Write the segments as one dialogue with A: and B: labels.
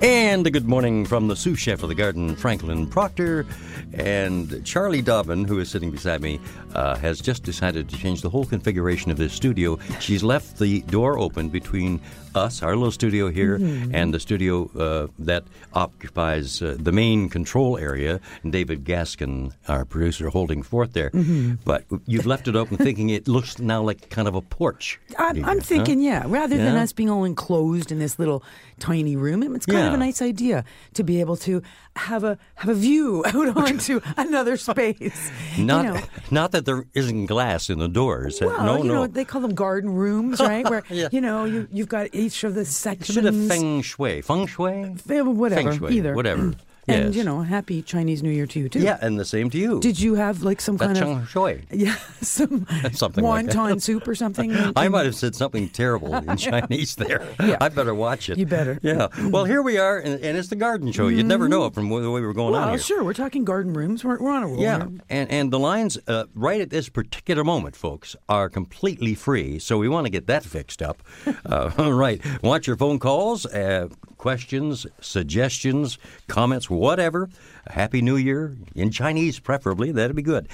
A: And a good morning from the sous chef of the garden, Franklin Proctor. And Charlie Dobbin, who is sitting beside me, uh, has just decided to change the whole configuration of this studio. She's left the door open between us, our little studio here,
B: Mm-hmm.
A: and the studio uh, that occupies uh, the main control area, and David Gaskin, our producer, holding forth there.
B: Mm-hmm.
A: But you've left it open thinking it looks now like kind of a porch.
B: I'm, I'm
A: Huh?
B: thinking, yeah, rather than
A: Yeah.
B: us being all enclosed in this little tiny room, it's kind of
A: Yeah.
B: a nice idea to be able to have a have a view out onto another space. You
A: Not,
B: know.
A: not that there isn't glass in the doors. Uh,
B: Well,
A: no,
B: you
A: no.
B: know, they call them garden rooms, right? Where
A: Yeah.
B: you know you you've got each of the
A: Should have
B: sections,
A: feng shui. Feng shui?
B: Yeah, whatever,
A: Feng shui.
B: either
A: Whatever.
B: And
A: Yes.
B: you know, happy Chinese New Year to you too.
A: Yeah, and the same to you.
B: Did you have like some
A: That's
B: kind of
A: feng shui.
B: yeah some
A: Something like that.
B: wonton soup or something?
A: I might have said something terrible in Chinese there.
B: Yeah.
A: I better watch it.
B: You better. Mm. Mm-hmm.
A: Yeah. Well, here we are, and, and it's the garden show. You'd never know it from the way we were going on
B: Well,
A: here.
B: sure. We're talking garden rooms. We're, we're on a roll.
A: Yeah,
B: here.
A: and and the lines uh, right at this particular moment, folks, are completely free. So we want to get that fixed up. Uh, all right, want your phone calls, uh, questions, suggestions, comments, whatever. Happy New Year in Chinese, preferably. That'd be good.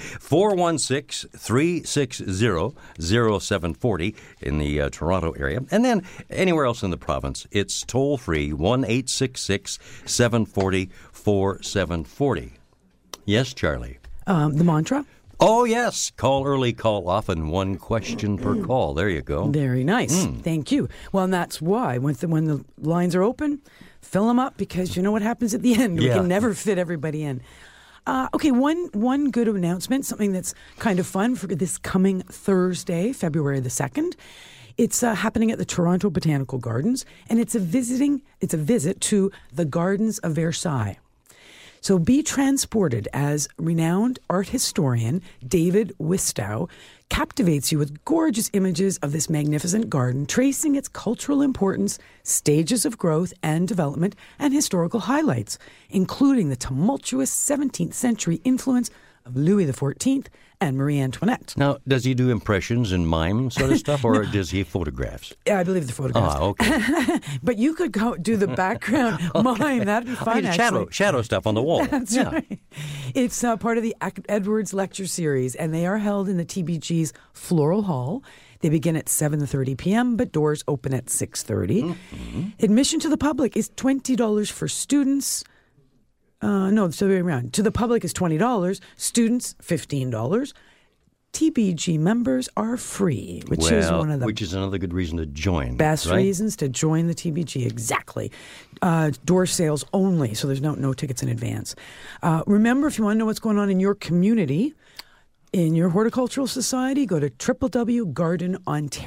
A: 416-360-0740 in the uh, Toronto area, and then anywhere else in the province, it's toll free one eight six six seven forty four seven forty. Yes, Charlie.
B: Um, the mantra.
A: Oh, yes. Call early, call often. One question per
B: Mm.
A: call. There you go. Hmm.
B: Very nice. Thank you. Well, and that's why when the, when the lines are open, fill them up because you know what happens at the end. We
A: Yeah.
B: can never fit everybody in. Uh, okay, one one good announcement, something that's kind of fun for this coming Thursday, February the second. It's uh, happening at the Toronto Botanical Gardens, and it's a visiting. It's a visit to the Gardens of Versailles. So be transported as renowned art historian David Wistow captivates you with gorgeous images of this magnificent garden, tracing its cultural importance, stages of growth and development, and historical highlights, including the tumultuous 17th century influence of Louis XIV and Marie Antoinette.
A: Now, does he do impressions and mime sort of stuff, or does he photographs?
B: Yeah, I believe the photographs.
A: Ah, okay.
B: But you could go do the background mime. That'd be
A: I
B: fun.
A: mean,
B: actually.
A: shadow, shadow stuff on the wall.
B: That's
A: yeah.
B: right. It's uh, part of the Ac- Edwards Lecture Series, and they are held in the TBG's Floral Hall. They begin at 7:30 p.m., but doors open at 6:30.
A: Mm-hmm.
B: Admission to the public is twenty dollars for students. Uh, no, it's the other way around. To the public is twenty dollars. Students fifteen dollars. TBG members are free, which
A: Well,
B: is one of the
A: which is another good reason to join.
B: best
A: right?
B: reasons to join the TBG. Exactly. Uh, door sales only, so there's no, no tickets in advance. Uh, remember, if you want to know what's going on in your community, in your horticultural society, go to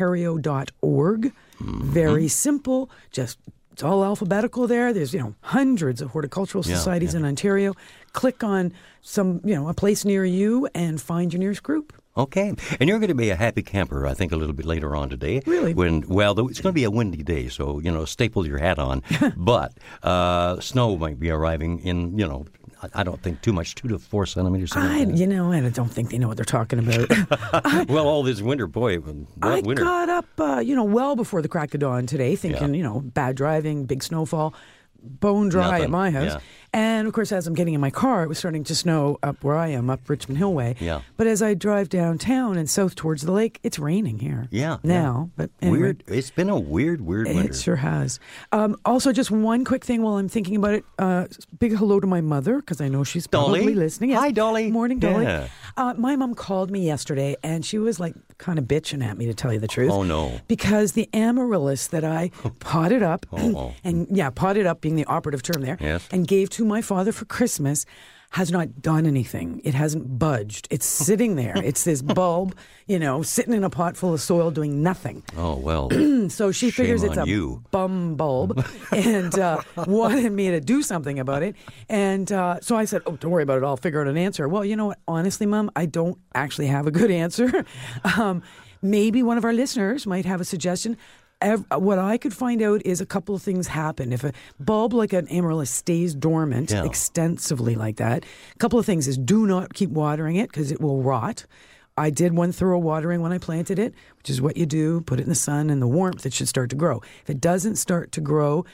B: www.gardenontario.org.
A: Mm-hmm.
B: Very simple, just it's all alphabetical there. There's, you know, hundreds of horticultural
A: Yeah,
B: societies in Ontario. Click on some, you know, a place near you and find your nearest group.
A: Okay, and you're going to be a happy camper, I think, a little bit later on today.
B: Really?
A: When well, though, it's going to be a windy day, so you know, staple your hat on. but uh, snow might be arriving in, you know, I- I don't think too much, two to four centimeters. something
B: I,
A: like that.
B: you know, I don't think they know what they're talking about.
A: well, all this winter, boy, what
B: I
A: winter.
B: got up, uh, you know, well before the crack of dawn today, thinking, you know, bad driving, big snowfall, bone dry
A: Nothing,
B: at my house.
A: yeah.
B: And of course, as I'm getting in my car, it was starting to snow up where I am, up Richmond Hill way.
A: Yeah.
B: But as I drive downtown and south towards the lake, it's raining here.
A: Yeah, yeah.
B: Now, but anyway.
A: Weird. It's been a weird, weird winter.
B: It sure has. Um, also, just one quick thing while I'm thinking about it. Uh, big hello to my mother because I know she's
A: Dolly?
B: probably listening.
A: Hi, Dolly.
B: Morning, Dolly.
A: Yeah.
B: Uh, my mom called me yesterday and she was like kind of bitching at me to tell you the truth.
A: Oh, no.
B: Because the amaryllis that I potted up
A: Uh-oh.
B: and yeah, potted up being the operative term there
A: Oh, Yes.
B: and gave to my father for Christmas has not done anything. It hasn't budged. It's sitting there. it's this bulb, you know, sitting in a pot full of soil doing nothing.
A: Oh, well.
B: So she
A: Shame
B: figures it's
A: on
B: a
A: you.
B: bum bulb and uh, wanted me to do something about it. And uh, so I said, Oh, don't worry about it. I'll figure out an answer. Well, you know what? Honestly, Mom, I don't actually have a good answer. um, maybe one of our listeners might have a suggestion. Ev- What I could find out is a couple of things happen. If a bulb like an amaryllis stays dormant
A: Yeah.
B: extensively like that, a couple of things is do not keep watering it because it will rot. I did one thorough watering when I planted it, which is what you do put it in the sun and the warmth, it should start to grow. If it doesn't start to grow,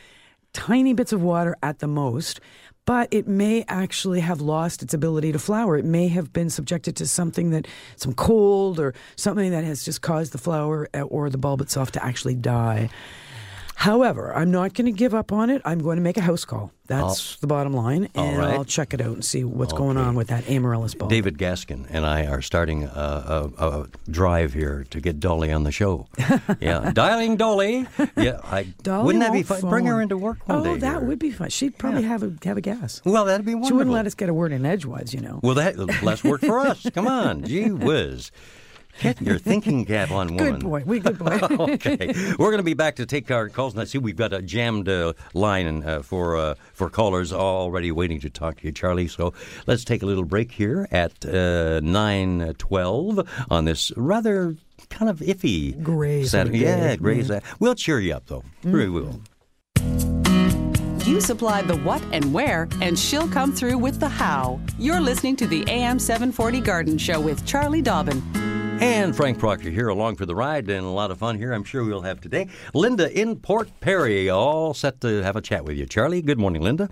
B: tiny bits of water at the most, but it may actually have lost its ability to flower. It may have been subjected to something that, some cold or something that has just caused the flower uh, or the bulb itself to actually die. However, I'm not going to give up on it. I'm going to make a house call. That's the bottom line.
A: All
B: And
A: right.
B: I'll check it out and see what's going on with that amaryllis bulb.
A: David Gaskin and I are starting a, a, a drive here to get Dolly on the show. Yeah, dialing Dolly. Yeah, I,
B: Dolly
A: wouldn't that be
B: won't
A: fun? Bring her
B: phone.
A: into work one
B: oh,
A: day.
B: that
A: here.
B: would be fun. She'd probably
A: Yeah.
B: have a have a gas.
A: Well, that'd be wonderful.
B: She wouldn't let us get a word in edgewise, you know.
A: Well, that less work for us. Come on, gee whiz. Get your thinking cap on, woman.
B: Good boy. We good boy.
A: okay, we're going to be back to take our calls. And I see we've got a jammed uh, line uh, for uh, for callers already waiting to talk to you, Charlie. So let's take a little break here at uh, nine twelve on this rather kind of iffy
B: Gray sort of
A: Saturday.
B: day.
A: Yeah, gray. Sat- We'll cheer you up though.
B: Mm-hmm.
A: We will.
C: You supply the what and where, and she'll come through with the how. You're listening to the AM 740 Garden Show with Charlie Dobbin.
A: And Frank Proctor here along for the ride, and a lot of fun here. I'm sure we'll have today. Linda in Port Perry, all set to have a chat with you, Charlie. Good morning, Linda.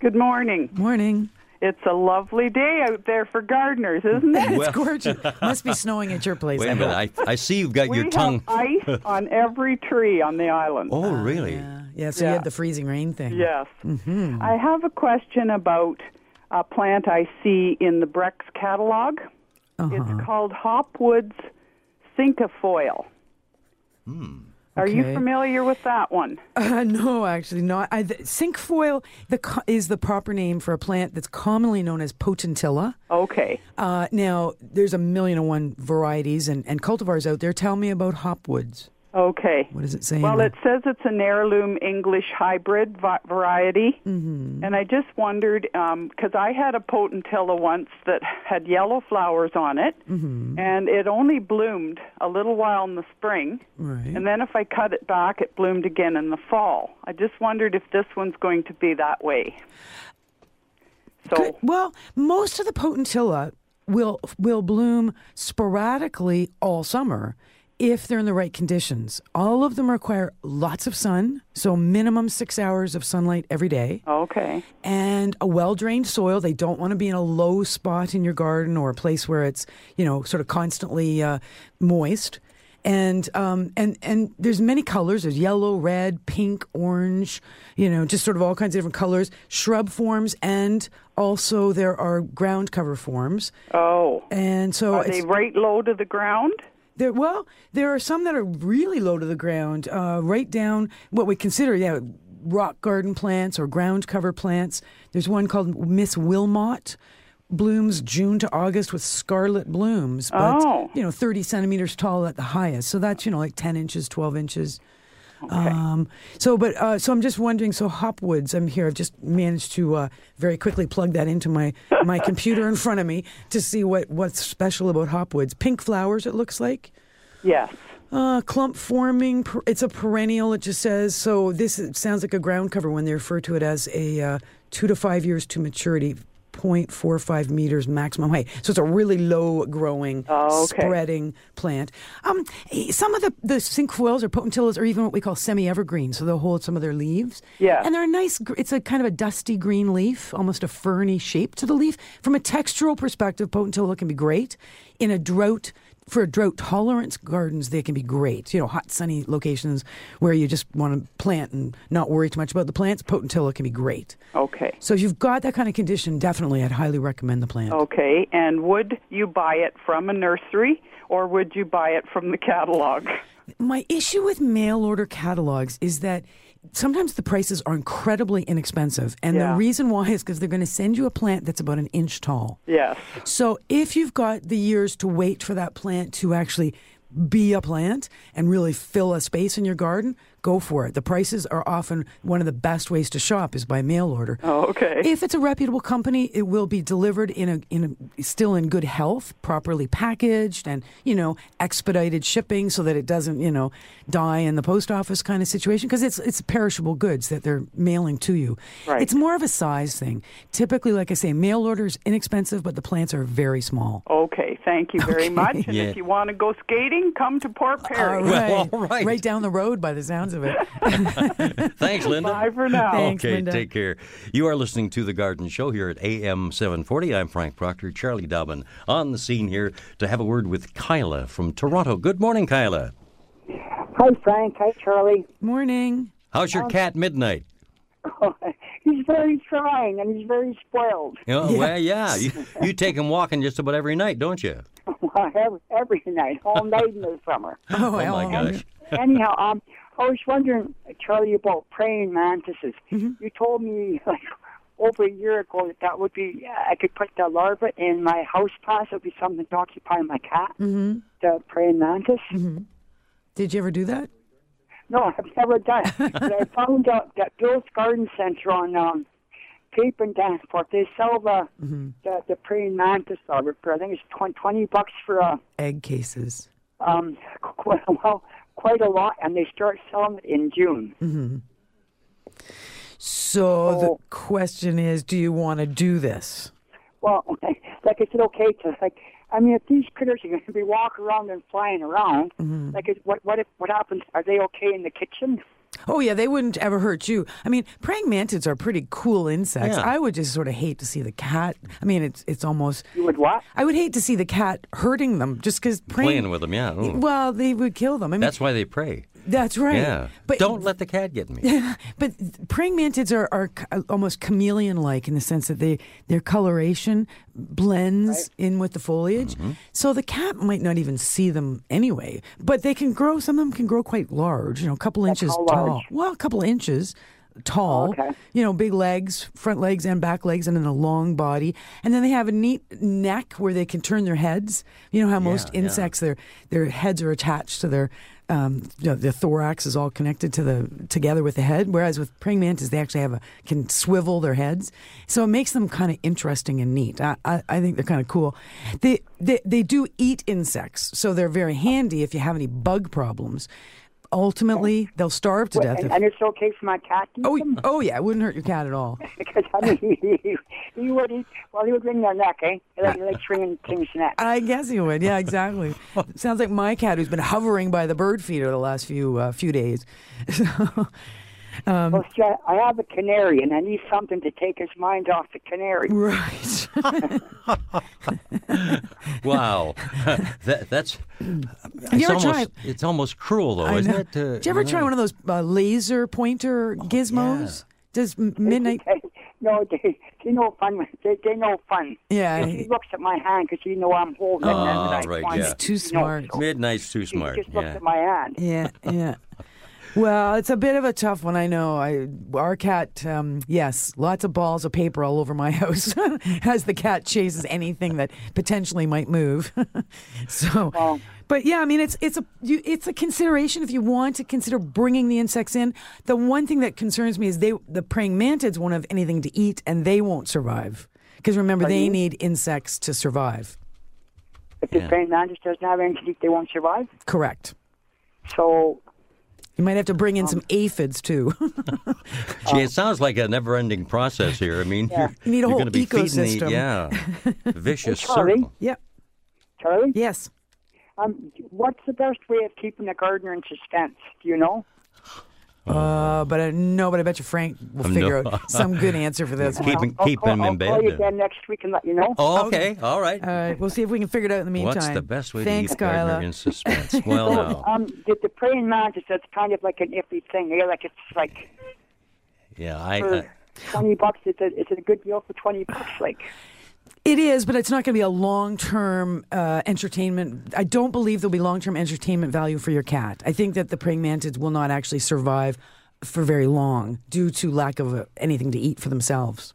D: Good morning.
B: Morning.
D: It's a lovely day out there for gardeners, isn't it?
B: It's gorgeous. Must be snowing at your place.
A: Wait
B: I
A: a minute.
B: hope.
A: I, I see you've got
D: we
A: your
D: have
A: tongue.
D: ice on every tree on the island.
A: Oh, really?
B: yeah, so you
D: Yeah.
B: had the freezing rain thing. Mm-hmm.
D: Yes. I have a question about a plant I see in the Brex catalog.
B: Uh-huh.
D: It's called Hopwood's cinquefoil. Are you
B: Okay.
D: familiar with that one?
B: Uh, no, actually not. I, the, cinquefoil the, co- is the proper name for a plant that's commonly known as potentilla.
D: Okay.
B: Uh, now, there's a million and one varieties and, and cultivars out there. Tell me about hopwoods.
D: Okay.
B: What does it say? in
D: Well,
B: the-
D: it says it's an heirloom English hybrid vi- variety, mm-hmm. and I just wondered because I had a potentilla once that had yellow flowers on it,
B: Mm-hmm.
D: and it only bloomed a little while in the spring,
B: Right.
D: and then if I cut it back, it bloomed again in the fall. I just wondered if this one's going to be that way. So
B: Good. Well, most of the potentilla will will bloom sporadically all summer if they're in the right conditions. All of them require lots of sun, so minimum 6 hours of sunlight every day
D: okay,
B: and a well-drained soil. They don't want to be in a low spot in your garden or a place where it's, you know, sort of constantly uh, moist. And um, and and there's many colors. There's yellow, red, pink, orange. You know, just sort of all kinds of different colors. Shrub forms, and also there are ground cover forms.
D: oh,
B: And so
D: are
B: it's,
D: they right low to the ground?
B: there, well, there are some that are really low to the ground, uh, right down what we consider, yeah, rock garden plants or ground cover plants. There's one called Miss Wilmot, blooms June to August with scarlet blooms, but it's,
D: Oh.
B: you know, 30 centimeters tall at the highest. So that's you know like 10 inches, 12 inches. Um, so, but uh, so I'm just wondering. So, Hopwoods, I'm here. I've just managed to uh, very quickly plug that into my my computer in front of me to see what what's special about Hopwoods. Pink flowers, it looks like.
D: Yes.
B: Uh, clump forming. per- It's a perennial. It just says so. This is- sounds like a ground cover when they refer to it as a uh, two to five years to maturity. 0.45 meters maximum height. So it's a really low growing,
D: Oh, okay.
B: spreading plant. Um, eh, some of the, the cinquefoils or potentillas are even what we call semi evergreen. So they'll hold some of their leaves.
D: Yeah.
B: And they're a nice, gr- it's a kind of a dusty green leaf, almost a ferny shape to the leaf. From a textural perspective, potentilla can be great. In a drought for drought tolerance gardens, they can be great. You know, hot, sunny locations where you just want to plant and not worry too much about the plants, potentilla can be great.
D: Okay.
B: So if you've got that kind of condition, definitely I'd highly recommend the plant.
D: Okay, and would you buy it from a nursery or would you buy it from the catalog?
B: My issue with mail order catalogs is that sometimes the prices are incredibly inexpensive. And
D: Yeah.
B: the reason why is because they're going to send you a plant that's about an inch tall.
D: Yes.
B: So if you've got the years to wait for that plant to actually be a plant and really fill a space in your garden, go for it. The prices are often one of the best ways to shop is by mail order.
D: Oh, okay.
B: If it's a reputable company, it will be delivered in a in a, still in good health, properly packaged, and you know expedited shipping so that it doesn't you know die in the post office kind of situation because it's it's perishable goods that they're mailing to you.
D: Right.
B: It's more of a size thing. Typically, like I say, mail order is inexpensive, but the plants are very small.
D: Okay, thank you very much. And
A: Yeah.
D: if you want to go skating, come to Port Perry.
A: Well, all right.
B: right down the road by the sounds of it.
A: Thanks, Linda.
D: Bye for now.
B: Thanks,
A: okay,
B: Linda.
A: take care. You are listening to The Garden Show here at AM 740. I'm Frank Proctor, Charlie Dobbin on the scene here to have a word with Kyla from Toronto. Good morning, Kyla.
E: Hi, Frank. Hi, Charlie.
B: Morning.
A: How's your cat, Midnight?
E: he's very trying and he's very spoiled.
A: Oh, Well, yeah. You, you take him walking just about every night, don't you?
E: every, every night, all night in the summer.
B: Oh,
A: Oh, my
E: um,
B: Ellen.
A: gosh.
E: Anyhow, um, I was wondering, Charlie, about praying mantises.
B: Mm-hmm.
E: You told me like over a year ago that that would be I could put the larva in my house plants. It would be something to occupy my cat. Mm-hmm. The praying mantis.
B: Mm-hmm. Did you ever do that?
E: No, I've never done it. but I found out that Bill's Garden Center on um, Cape and Danforth, they sell the
B: Mm-hmm.
E: the, the praying mantis larvae. for, I think it's twen- twenty bucks for a
B: Egg cases.
E: um, quite, well, quite a lot, and they start selling it in June.
B: So the
E: Oh.
B: question is, do you want to do this?
E: Well, like I said, okay to like. I mean, if these critters are going to be walking around and flying around, like it, what what if, what happens? Are they okay in the kitchen?
B: Oh yeah, they wouldn't ever hurt you. I mean, praying mantids are pretty cool insects.
A: Yeah.
B: I would just sort of hate to see the cat. I mean, it's it's almost.
E: You would what?
B: I would hate to see the cat hurting them just because
A: Playing with them, yeah. ooh.
B: Well, they would kill them. I mean,
A: That's why they pray.
B: that's right.
A: Yeah.
B: but
A: Don't let the cat get me.
B: But praying mantids are, are c- almost chameleon-like in the sense that they their coloration blends in with the foliage, so the cat might not even see them anyway. But they can grow. Some of them can grow quite large. You know, a couple inches
E: how
B: tall.
E: large?
B: Well, a couple inches tall.
E: Okay.
B: You know, big legs, front legs and back legs, and then a long body. And then they have a neat neck where they can turn their heads. You know how most
A: yeah.
B: insects their their heads are attached to their um, you know, the thorax is all connected to the together with the head. Whereas with praying mantis, they actually have a can swivel their heads, so it makes them kind of interesting and neat. I, I, I think they're kind of cool. They, they they do eat insects, so they're very handy if you have any bug problems. Ultimately, they'll starve to death.
E: And,
B: if-
E: and it's okay for my cat to eat
B: Oh,
E: them?
B: oh yeah, it wouldn't hurt your cat at all.
E: Because I mean, he, he, he would eat. Well, he would wring their neck, eh? He like, he likes wringing things' neck.
B: I guess he would. Yeah, exactly. Sounds like my cat who's been hovering by the bird feeder the last few uh, few days. So, um,
E: well, see, I, I have a canary, and I need something to take his mind off the canary.
B: right.
A: Wow, that, that's it's
B: you ever
A: almost
B: tried-
A: it's almost cruel though,
B: I
A: isn't
B: know.
A: it? to-
B: Did you ever try one of those uh, laser pointer gizmos? Does m- midnight?
E: no, they, they no fun. with- They, they no fun.
B: Yeah.
E: He looks at my hand because you know I'm holding it. and
A: Ah,
E: I
A: right,
E: want
A: yeah.
E: it.
B: It's too
E: You know,
B: smart.
E: so
A: Midnight's too smart.
E: He just looks
A: yeah.
E: at my hand.
B: Yeah, yeah. Well, it's a bit of a tough one, I know. I our cat, um, yes, lots of balls of paper all over my house as the cat chases anything that potentially might move. so, but yeah, I mean, it's it's a you, it's a consideration if you want to consider bringing the insects in. The one thing that concerns me is they the praying mantids won't have anything to eat and they won't survive because remember they need insects to survive.
E: If the praying mantis doesn't have anything to eat, they won't survive.
B: Correct.
E: So
B: You might have to bring in some aphids too.
A: Gee, it sounds like a never-ending process here. I mean, you're,
B: You need a
A: you're
B: whole
A: gonna be Feeding
B: ecosystem.
A: the, yeah, vicious
E: Charlie?
A: circle.
B: yep.
E: Charlie,
B: Yes.
E: um, what's the best way of keeping the gardener in suspense? Do you know?
B: Uh, but I, no, but I bet you Frank will
A: Um,
B: figure
A: Oh. no.
B: out some good answer for this.
A: Keep
B: one.
A: him,
E: I'll
A: keep
E: call,
A: him
E: I'll
A: in bed.
E: call you
A: then.
E: again next week and let you know.
A: Oh, okay, all right.
B: All right, we'll see if we can figure it out in the meantime.
A: What's the best way
B: Thanks,
A: to keep Gardner
B: Carla.
A: in suspense? Well,
E: So,
A: now,
E: um, the, the praying mantis, that's kind of like an iffy thing. Yeah, like it's like
A: yeah, I,
E: for
A: I
E: twenty bucks. It's a it's a good deal for twenty bucks. Like
B: It is, but it's not going to be a long term uh, entertainment. I don't believe there'll be long term entertainment value for your cat. I think that the praying mantids will not actually survive for very long due to lack of uh, anything to eat for themselves.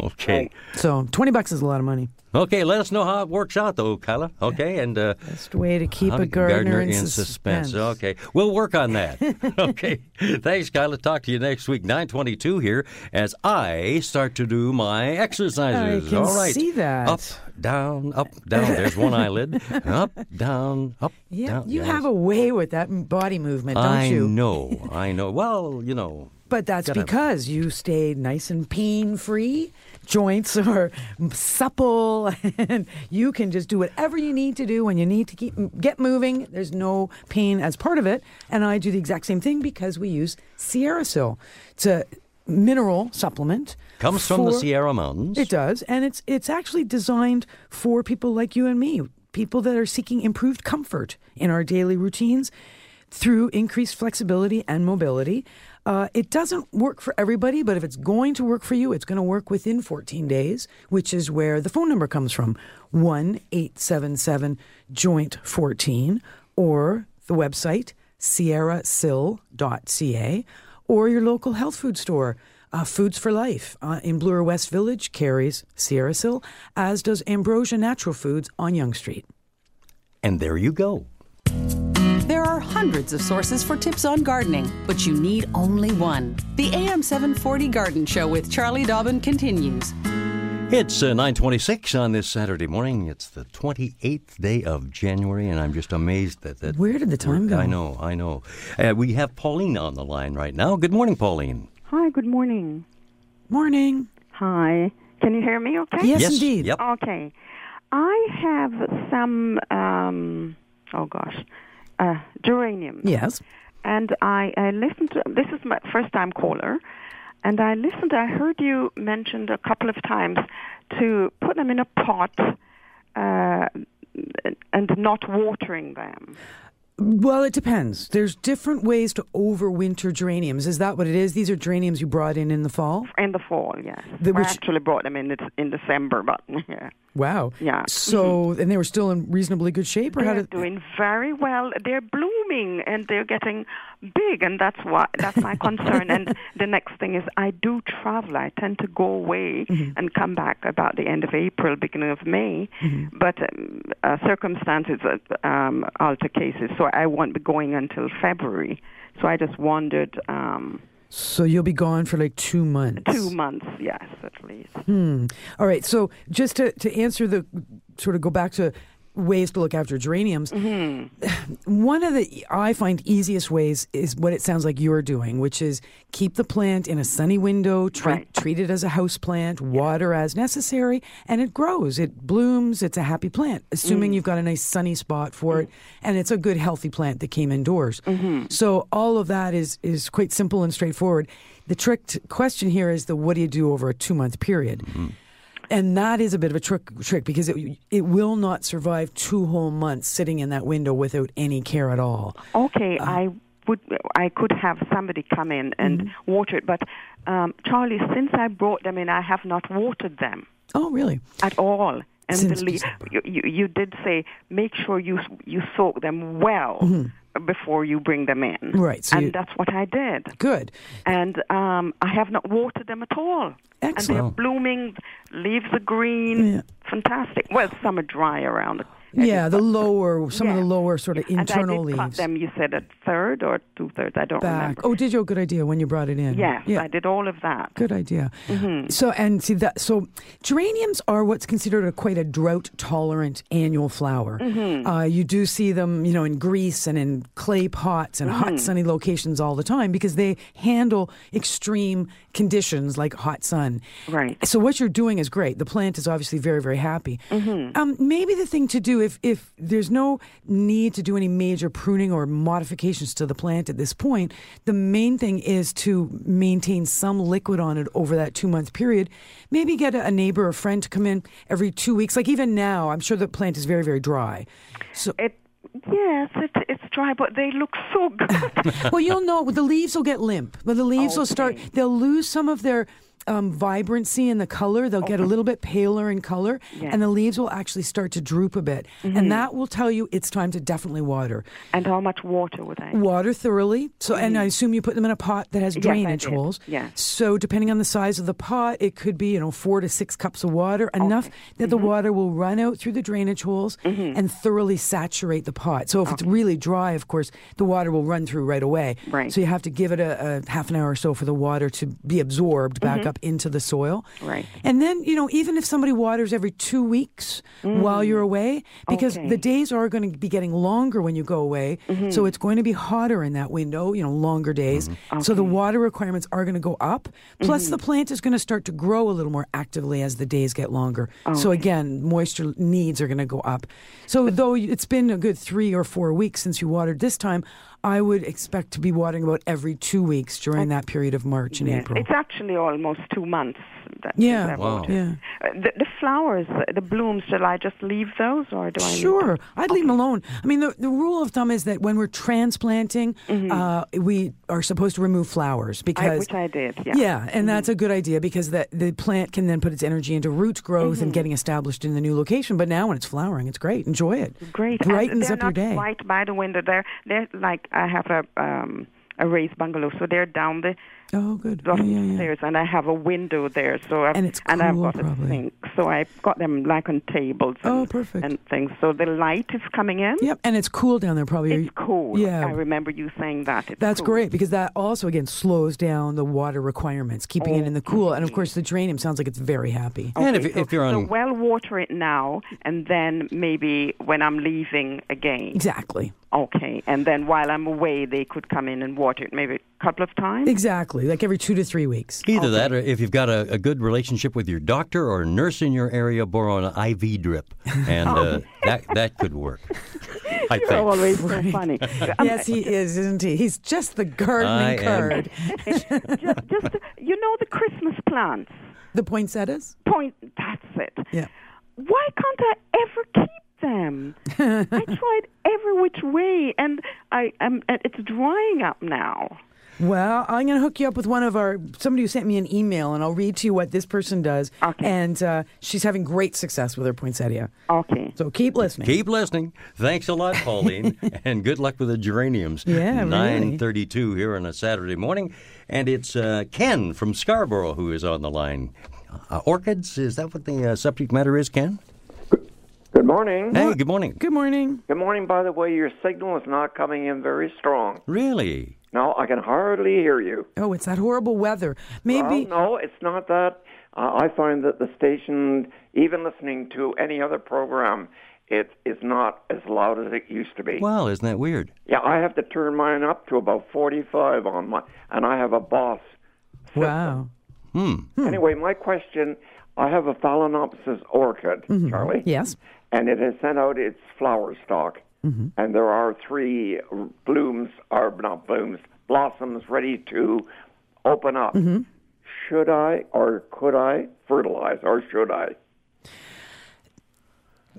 A: okay.
B: So, 20 bucks is a lot of money.
A: Okay, let us know how it works out, though, Kyla. Okay, and uh,
B: Best way to keep
A: how
B: a
A: to
B: gardener,
A: in, suspense. Okay, we'll work on that. okay, thanks, Kyla. Talk to you next week, nine twenty-two here, as I start to do my exercises.
B: I can
A: All right,
B: see that.
A: Up, down, up, down. There's one eyelid. Up, down, up,
B: Yeah,
A: down.
B: you
A: Yes.
B: have a way with that m- body movement, don't
A: Oh, I
B: you?
A: know, I know. Well, you know.
B: But that's
A: Gotta-
B: because you stayed nice and pain free. Joints are supple, and you can just do whatever you need to do when you need to keep get moving. There's no pain as part of it, and I do the exact same thing because we use Sierra Sil. It's a mineral supplement.
A: Comes from the
B: for-
A: Sierra Mountains.
B: it does, and it's it's actually designed for people like you and me, people that are seeking improved comfort in our daily routines through increased flexibility and mobility. Uh, it doesn't work for everybody, but if it's going to work for you, it's going to work within 14 days, which is where the phone number comes from: one eight seven seven joint 14, or the website sierrasil.ca or your local health food store. Uh, Foods for Life uh, in Bloor West Village carries Sierra Sil, as does Ambrosia Natural Foods on Young Street.
A: And there you go.
C: There are hundreds of sources for tips on gardening, but you need only one. The AM 740 Garden Show with Charlie Dobbin continues.
A: It's uh, 926 on this Saturday morning. It's the 28th day of January, and I'm just amazed that that.
B: Where did the time go?
A: I know, I know. Uh, we have Pauline on the line right now. Good morning, Pauline.
F: Hi, good morning.
B: Morning.
F: Hi. Can you hear me okay?
B: Yes, indeed.
A: Yep.
F: Okay. I have some, um, oh gosh, uh, geranium.
B: Yes.
F: And I, I listened, to, this is my first time caller, and I listened, I heard you mentioned a couple of times to put them in a pot uh, and not watering them.
B: Well, it depends. There's different ways to overwinter geraniums. Is that what it is? These are geraniums you brought in in the fall?
F: In the fall, yes.
B: The-
F: I
B: which-
F: actually brought them in the, in December, but yeah.
B: Wow.
F: Yeah. Mm-hmm.
B: So, and they were still in reasonably good shape? Or how
F: They're
B: did,
F: doing very well. They're blooming and they're getting big, and that's why that's my concern. and the next thing is, I do travel. I tend to go away and come back about the end of April, beginning of May. But um, uh, circumstances uh, um, alter cases, so I won't be going until February. So I just wondered um,
B: so you'll be gone for like two months. Hmm.
F: two months, yes, at least.
B: All right. So just to, to answer the sort of go back to ways to look after geraniums,
F: Mm-hmm.
B: one of the I find easiest ways is what it sounds like you're doing, which is keep the plant in a sunny window, treat,
F: Right.
B: treat it as a house plant, water as necessary, and it grows, it blooms, it's a happy plant, assuming you've got a nice sunny spot for it, and it's a good healthy plant that came indoors. So all of that is is quite simple and straightforward. The trick t- question here is the what do you do over a two month period?
G: Mm-hmm.
B: And that is a bit of a trick, trick because it it will not survive two whole months sitting in that window without any care at all.
F: Okay,
B: Uh-huh.
F: I would I could have somebody come in and
B: Mm-hmm.
F: water it, but um, Charlie, since I brought them in, I have not watered them
B: Oh, really?
F: at all. And
B: Since
F: the lea-
B: December.
F: you, you, you did say make sure you s- you soak them well
B: Mm-hmm.
F: before you bring them in.
B: Right, so
F: and
B: you-
F: that's what I did.
B: Good.
F: And um, I have not watered them at all. And they're
B: Excellent.
F: blooming, leaves are green,
B: Yeah.
F: fantastic. Well, some are dry around.
B: Yeah, the lower, some of
F: Yeah.
B: the lower sort of internal
F: and I did
B: leaves.
F: cut them. You said a third or two thirds. I don't
B: back.
F: remember.
B: Oh, did you? Good idea when you brought it in.
F: Yes,
B: Yeah.
F: I did all of that.
B: Good idea.
F: Mm-hmm.
B: So and see that. So geraniums are what's considered a quite a drought tolerant annual flower.
E: Mm-hmm.
B: Uh, you do see them, you know, in Greece and in clay pots and hot sunny locations all the time because they handle extreme conditions like hot sun.
F: Right. Mm.
B: So what you're doing is great. The plant is obviously very very happy. Um, maybe the thing to do you, if if there's no need to do any major pruning or modifications to the plant at this point, the main thing is to maintain some liquid on it over that two month period. Maybe get a, a neighbor or friend to come in every two weeks. Like even now, I'm sure the plant is very very dry. So
F: It yes, it, it's dry, but they look so good.
B: well, you'll know the leaves will get limp, but the leaves will start.
F: Okay.
B: They'll lose some of their um, vibrancy in the color. They'll get a little bit paler in color, and the leaves will actually start to droop a bit, and that will tell you it's time to definitely water.
F: Mm-hmm. and how much water were they?
B: Water thoroughly. So, and I assume you put them in a pot that has
F: Mm-hmm. Yes, I
B: drainage
F: did.
B: holes.
F: Yeah.
B: So, depending on the size of the pot, it could be you know four to six cups of water, enough that
F: Mm-hmm.
B: the water will run out through the drainage holes and thoroughly saturate the pot. So, if it's really dry, of course, the water will run through right away.
F: Right.
B: So you have to give it a, a half an hour or so for the water to be absorbed back up into the soil.
F: Mm-hmm. Right.
B: And then you know even if somebody waters every two weeks while you're away, because the
F: Mm. Okay. Mm-hmm.
B: the days are going to be getting longer when you go away. So it's going to be hotter in that window, you know, longer days.
F: Mm-hmm.
B: So the water requirements are going to go up. Plus, the plant is going to start to grow a little more actively as the days get longer. So again, moisture needs are going to go up. So though it's been a good three or four weeks since you watered this time, I would expect to be watering about every two weeks during that period of March and
F: Yeah.
B: April.
F: It's actually almost two months. That
B: Yeah.
F: that I
B: Wow.
F: watered.
B: Yeah.
F: Uh, The, the flowers, uh, the blooms. Shall I just leave those, or do I? leave
B: Sure,
F: them?
B: I'd leave them alone. I mean, the, the rule of thumb is that when we're transplanting, uh, we are supposed to remove flowers because
F: which Mm-hmm. I did, yeah. Mm-hmm.
B: and that's a good idea because that the plant can then put its energy into root growth
F: Mm-hmm.
B: and getting established in the new location. But now when it's flowering, it's great. Enjoy it.
F: Great. And
B: brightens
F: they're
B: up your
F: not
B: day.
F: Right by the window. They're they're like I have a um a raised bungalow, so they're down the
B: Oh, good.
F: loft
B: Yeah, yeah, yeah.
F: stairs, and I have a window there. So I've,
B: And it's
F: I've
B: cool,
F: got
B: probably.
F: a sink, so I've got them like on tables. And,
B: Oh, perfect.
F: And things. So the light is coming in.
B: Yep, and it's cool down there. Probably
F: It's cool.
B: Yeah,
F: I remember you saying that. It's
B: That's
F: cool.
B: great because that also again slows down the water requirements, keeping it in the cool. And of course, the geranium sounds like it's very happy.
A: And if,
F: Oh, Okay, so-
A: if you're
F: so
A: on
F: well, water it now, and then maybe when I'm leaving again.
B: Exactly.
F: Okay, and then while I'm away, they could come in and water it maybe a couple of times.
B: Exactly. Like every two to three weeks.
A: Either that, or if you've got a, a good relationship with your doctor or nurse in your area, borrow an IV drip, and
B: Oh.
A: uh, that that could work. I
F: You're
A: think.
F: always so funny. Um,
B: Yes, he is, isn't he? He's just the
A: I
B: gardening
A: am-
B: card.
F: just, just you know the Christmas plants.
B: The poinsettias?
F: Point. That's it.
B: Yeah.
F: Why can't I ever keep them? I tried every which way, and I am. and It's drying up now.
B: Well, I'm going to hook you up with one of our somebody who sent me an email, and I'll read to you what this person does.
F: Okay.
B: And uh, she's having great success with her poinsettia.
F: Okay.
B: So keep listening.
A: Keep listening. Thanks a lot, Pauline, and good luck with the geraniums.
B: Yeah, really.
A: nine thirty-two here on a Saturday morning, and it's uh, Ken from Scarborough who is on the line. Uh, orchids, is that what the uh, subject matter is, Ken?
H: Good morning.
A: Hey, good morning.
B: Good morning.
H: Good morning. By the way, your signal is not coming in very strong.
A: Really?
H: No, I can hardly hear you.
B: Oh, it's that horrible weather. Maybe.
H: Well, no, it's not that. Uh, I find that the station, even listening to any other program, it is not as loud as it used to be.
A: Wow, isn't that weird?
H: Yeah, I have to turn mine up to about 45 on my, and I have a boss.
B: wow.
F: Oh.
A: Hmm.
B: Hmm.
H: Anyway, my question: I have a Phalaenopsis orchid, Charlie.
B: Mm-hmm. Yes.
H: and it has sent out its flower stalk.
B: Mm-hmm.
H: And there are three r- blooms, or not blooms, blossoms ready to open up.
B: Mm-hmm.
H: Should I or could I fertilize, or should I?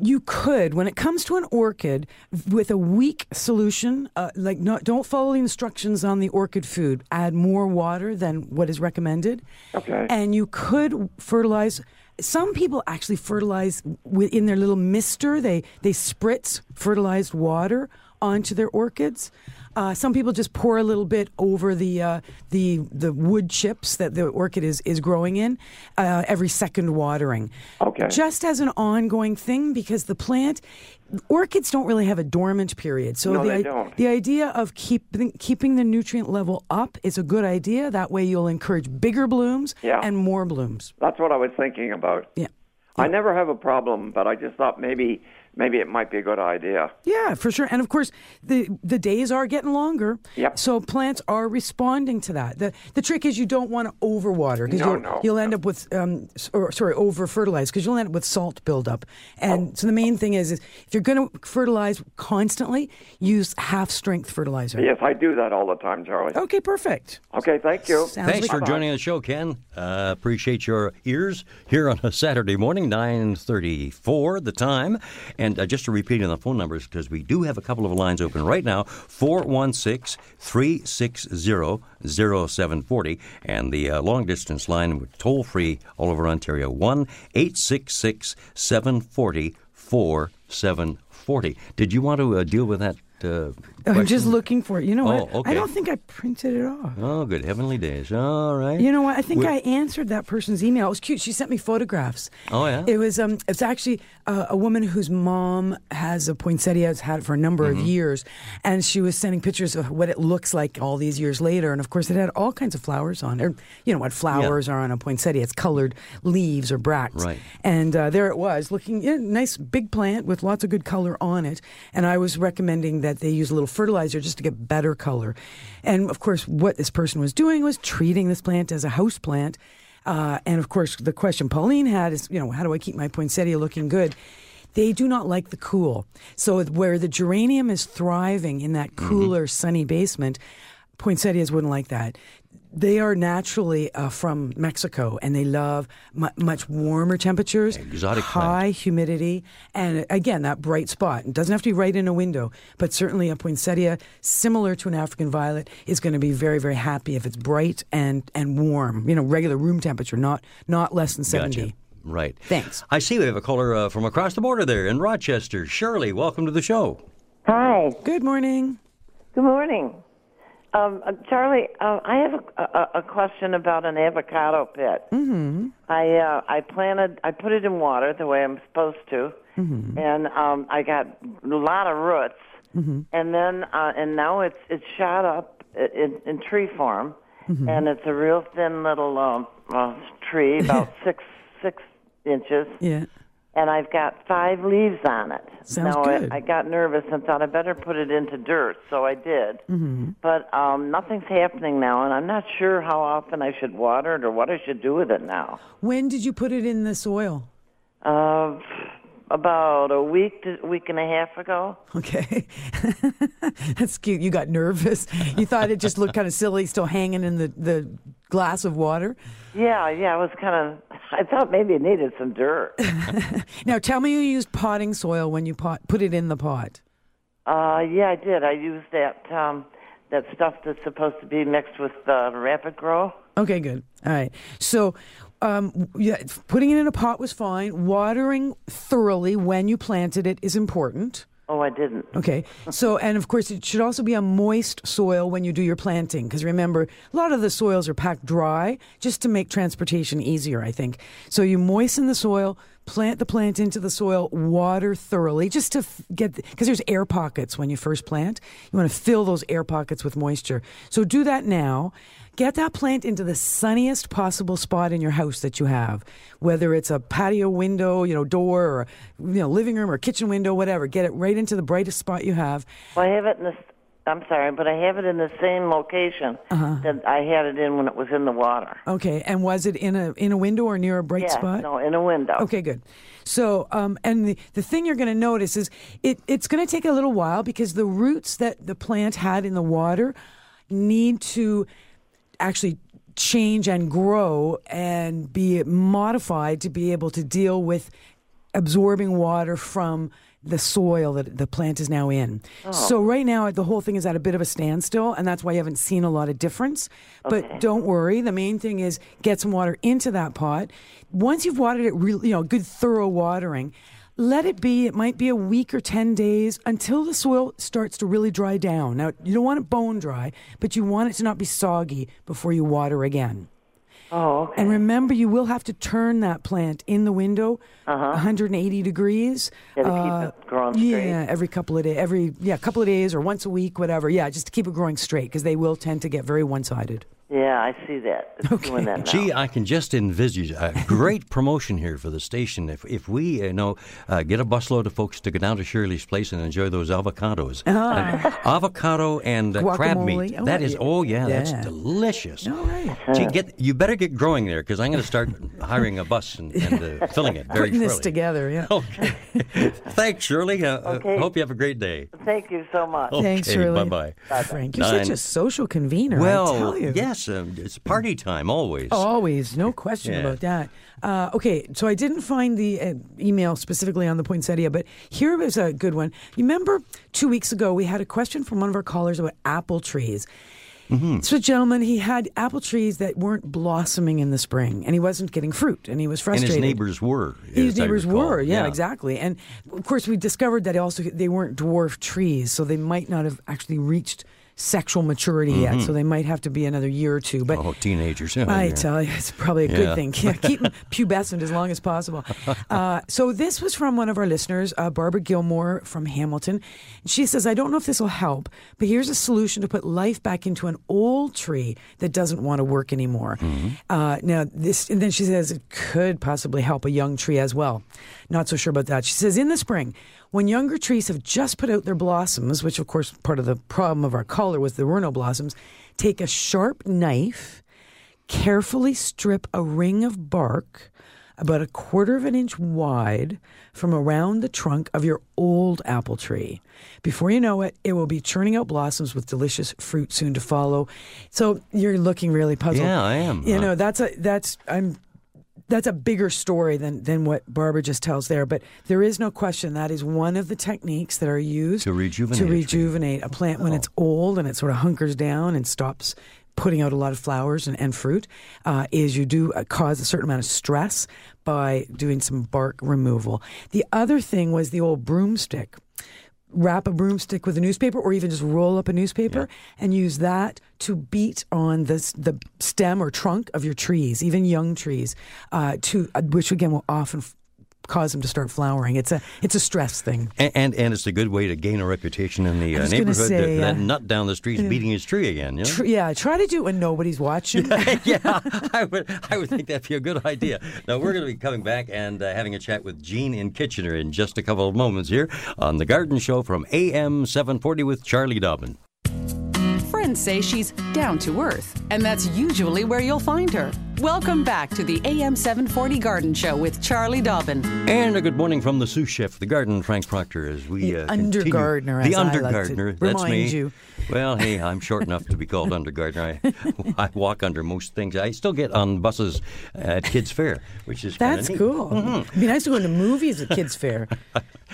B: You could, when it comes to an orchid, with a weak solution, uh, like not, don't follow the instructions on the orchid food. Add more water than what is recommended.
H: Okay.
B: And you could fertilize. Some people actually fertilize wi- in their little mister. They they spritz fertilized water onto their orchids. Uh, some people just pour a little bit over the uh, the the wood chips that the orchid is is growing in uh, every second watering.
H: Okay.
B: Just as an ongoing thing because the plant orchids don't really have a dormant period. So
H: No,
B: the
H: they
B: i-
H: don't.
B: the idea of keeping keeping the nutrient level up is a good idea. That way you'll encourage bigger blooms
H: Yeah.
B: and more blooms.
H: That's what I was thinking about.
B: Yeah.
H: I never have a problem, but I just thought maybe maybe it might be a good idea.
B: Yeah, for sure. And of course, the the days are getting longer.
H: Yep.
B: So plants are responding to that. The the trick is you don't want to overwater because
H: No,
B: you'll,
H: no,
B: you'll end up with um s- or sorry over fertilize because you'll end up with salt buildup. And
H: Oh.
B: so the main thing is, is if you're going to fertilize constantly, use half strength fertilizer.
H: Yes, I do that all the time, Charlie.
B: Okay, perfect.
H: Okay, thank you.
B: Sounds
A: Thanks
B: like
A: for joining the show, Ken. Uh, appreciate your ears here on a Saturday morning, 9.34 the time. And uh, just to repeat on the phone numbers, because we do have a couple of lines open right now, 416-360-0740. And the uh, long-distance line, we're toll-free all over Ontario, one 866 740 4740 Did you want to uh, deal with that uh,
B: I'm
A: question?
B: just looking for it. You know
A: Oh,
B: what?
A: okay.
B: I don't think I printed it off.
A: Oh, good heavenly days. All right.
B: You know what? I think
A: We're-
B: I answered that person's email. It was cute. She sent me photographs.
A: Oh, yeah?
B: It was um. It's actually uh, a woman whose mom has a poinsettia. Has had it for a number
A: Mm-hmm.
B: of years, and she was sending pictures of what it looks like all these years later. And of course, it had all kinds of flowers on. Or you know what flowers are on a poinsettia? It's colored leaves or bracts.
A: Right.
B: And uh, there it was, looking yeah, nice big plant with lots of good color on it. And I was recommending that they use a little fertilizer just to get better color. And of course, what this person was doing was treating this plant as a house plant. Uh, and of course, the question Pauline had is, you know, how do I keep my poinsettia looking good? They do not like the cool. So where the geranium is thriving in
A: Mm-hmm.
B: that cooler, sunny basement, poinsettias wouldn't like that. They are naturally uh, from Mexico, and they love mu- much warmer temperatures,
A: Exotic plant.
B: high humidity, and again that bright spot. It doesn't have to be right in a window, but certainly a poinsettia, similar to an African violet, is going to be very, very happy if it's bright and and warm. You know, regular room temperature, not not less than
A: Gotcha.
B: seventy.
A: Right.
B: Thanks.
A: I see we have a caller uh, from across the border there in Rochester. Shirley, welcome to the show.
I: Hi.
B: Good morning.
I: Good morning. Um, uh, Charlie, uh, I have a, a, a question about an avocado pit. Mm-hmm. I uh, I planted, I put it in water the way I'm supposed to, and um, I got a lot of roots, and then uh, and now it's it's shot up i- in, in tree form,
B: Mm-hmm.
I: and it's a real thin little um, uh, tree, about six six inches
B: Yeah.
I: and I've got five leaves on it.
B: Sounds
I: now
B: good.
I: I, I got nervous and thought I better put it into dirt, so I did. Mm-hmm. But um, nothing's happening now, and I'm not sure how often I should water it or what I should do with it now.
B: When did you put it in the soil?
I: Uh, about a week, to, week and a half ago.
B: Okay. That's cute. You got nervous. You thought it just looked kind of silly still hanging in the, the glass of water.
I: Yeah, yeah, I was kind of. I thought maybe it needed some dirt.
B: Now tell me you used potting soil when you pot put it in the pot.
I: uh, yeah, I did. I used that um, that stuff that's supposed to be mixed with uh, Rapid Grow.
B: Okay, good. All right. So um, yeah, putting it in a pot was fine. Watering thoroughly when you planted it is important.
I: Oh, I didn't.
B: Okay. So, and of course, it should also be a moist soil when you do your planting, because remember, a lot of the soils are packed dry just to make transportation easier, I think. So, you moisten the soil, plant the plant into the soil, water thoroughly just to f- get, because there's air pockets when you first plant. You want to fill those air pockets with moisture. So, do that now. Get that plant into the sunniest possible spot in your house that you have, whether it's a patio window, you know, door, or you know, living room or kitchen window, whatever. Get it right into the brightest spot you have.
I: Well, I have it in this. I'm sorry, but I have it in the same location
B: Uh-huh.
I: that I had it in when it was in the water.
B: Okay, and was it in a in a window or near a bright
I: yeah,
B: spot?
I: no, in a window.
B: Okay, good. So, um, and the, the thing you're going to notice is it, it's going to take a little while because the roots that the plant had in the water need to actually change and grow and be modified to be able to deal with absorbing water from the soil that the plant is now in.
I: Oh.
B: So right now the whole thing is at a bit of a standstill and that's why you haven't seen a lot of difference. But don't worry, the main thing is get some water into that pot. Once you've watered it really, you know, good thorough watering, let it be. It might be a week or 10 days until the soil starts to really dry down. Now, you don't want it bone dry, but you want it to not be soggy before you water again.
I: Oh, okay.
B: And remember, you will have to turn that plant in the window 180 degrees. uh,
I: Yeah, to Uh-huh. keep it growing straight.
B: Yeah, every couple of days, every yeah, couple of days or once a week, whatever. Yeah, just to keep it growing straight because they will tend to get very one-sided.
J: Yeah, I see that. It's doing that now.
A: Gee, I can just envisage a great promotion here for the station if if we you know uh, get a busload of folks to go down to Shirley's place and enjoy those avocados, Uh, avocado and uh, crab meat.
B: Ah. Guacamole. Oh,
A: that is
B: yeah.
A: oh yeah,
B: Yeah.
A: that's delicious.
B: All right.
A: Gee, get you better get growing there because I'm going to start hiring a bus and, and uh, filling it very
B: Putting this
A: shortly.
B: together, yeah.
A: Okay. Thanks, Shirley. Uh, uh,
J: Okay.
A: hope you have a great day.
J: Thank you so much.
B: Thanks, Shirley.
A: Bye bye.
B: Frank, you're such
A: Nine.
B: a social convener. I
A: Well,
B: tell you. Oh,
A: yes, um, it's party time always.
B: Always, no question
A: Yeah.
B: about that. Uh, okay, so I didn't find the uh, email specifically on the poinsettia, but here was a good one. You remember two weeks ago we had a question from one of our callers about apple trees.
A: Mm-hmm.
B: So, gentlemen, he had apple trees that weren't blossoming in the spring, and he wasn't getting fruit, and he was
A: and
B: frustrated.
A: his neighbors were.
B: His
A: as I
B: neighbors
A: recall.
B: were, yeah, exactly. And of course, we discovered that also they weren't dwarf trees, so they might not have actually reached sexual maturity
A: Mm-hmm.
B: yet. So they might have to be another year or two. But
A: Oh, teenagers. Yeah,
B: I
A: yeah.
B: tell you, it's probably a good
A: Yeah.
B: thing. Yeah, keep 'em pubescent as long as possible. Uh, so this was from one of our listeners, uh, Barbara Gilmore from Hamilton. She says, "I don't know if this will help, but here's a solution to put life back into an old tree that doesn't want to work anymore."
A: Mm-hmm.
B: Uh, now this, and then she says it could possibly help a young tree as well. Not so sure about that. She says in the spring. When younger trees have just put out their blossoms, which of course part of the problem of our collar was there were no blossoms, take a sharp knife carefully strip a ring of bark about a quarter of an inch wide from around the trunk of your old apple tree. Before you know it, it will be churning out blossoms with delicious fruit soon to follow. So you're looking really puzzled.
A: Yeah, I am.
B: You
A: Uh,
B: know, that's a that's I'm that's a bigger story than than what Barbara just tells there, but there is no question that is one of the techniques that are used
A: To rejuvenate
B: to
A: Oh. a tree.
B: rejuvenate a plant when it's old and it sort of hunkers down and stops putting out a lot of flowers and, and fruit uh, is you do uh, cause a certain amount of stress by doing some bark removal. The other thing was the old broomstick. Wrap a broomstick with a newspaper, or even just roll up a newspaper and use that to beat on the s- the stem or trunk of your trees, even young trees, uh, to uh, which again will often f- cause them to start flowering. It's a it's a stress thing.
A: And, and and it's a good way to gain a reputation in the uh,
B: was gonna
A: neighborhood.
B: say,
A: that, that
B: uh,
A: nut down the street's beating his tree again. You know?
B: Tr- yeah, try to do it when nobody's watching.
A: yeah, I would. I would think that'd be a good idea. Now we're going to be coming back and uh, having a chat with Jean in Kitchener in just a couple of moments here on the Garden Show from AM 740 with Charlie Dobbin.
C: Friends say she's down to earth, and that's usually where you'll find her. Welcome back to the AM 740 Garden Show with Charlie Dobbin.
A: And a good morning from the sous chef, of the garden, Frank Proctor, as we
B: The
A: uh, continue-
B: undergardener,
A: The
B: as I like to
A: undergardener, that's me.
B: remind you.
A: Well, hey, I'm short enough to be called undergardener. I, I walk under most things. I still get on buses at Kids Fair, which is kinda
B: That's
A: neat.
B: cool. It'd be nice to go into movies at Kids Fair.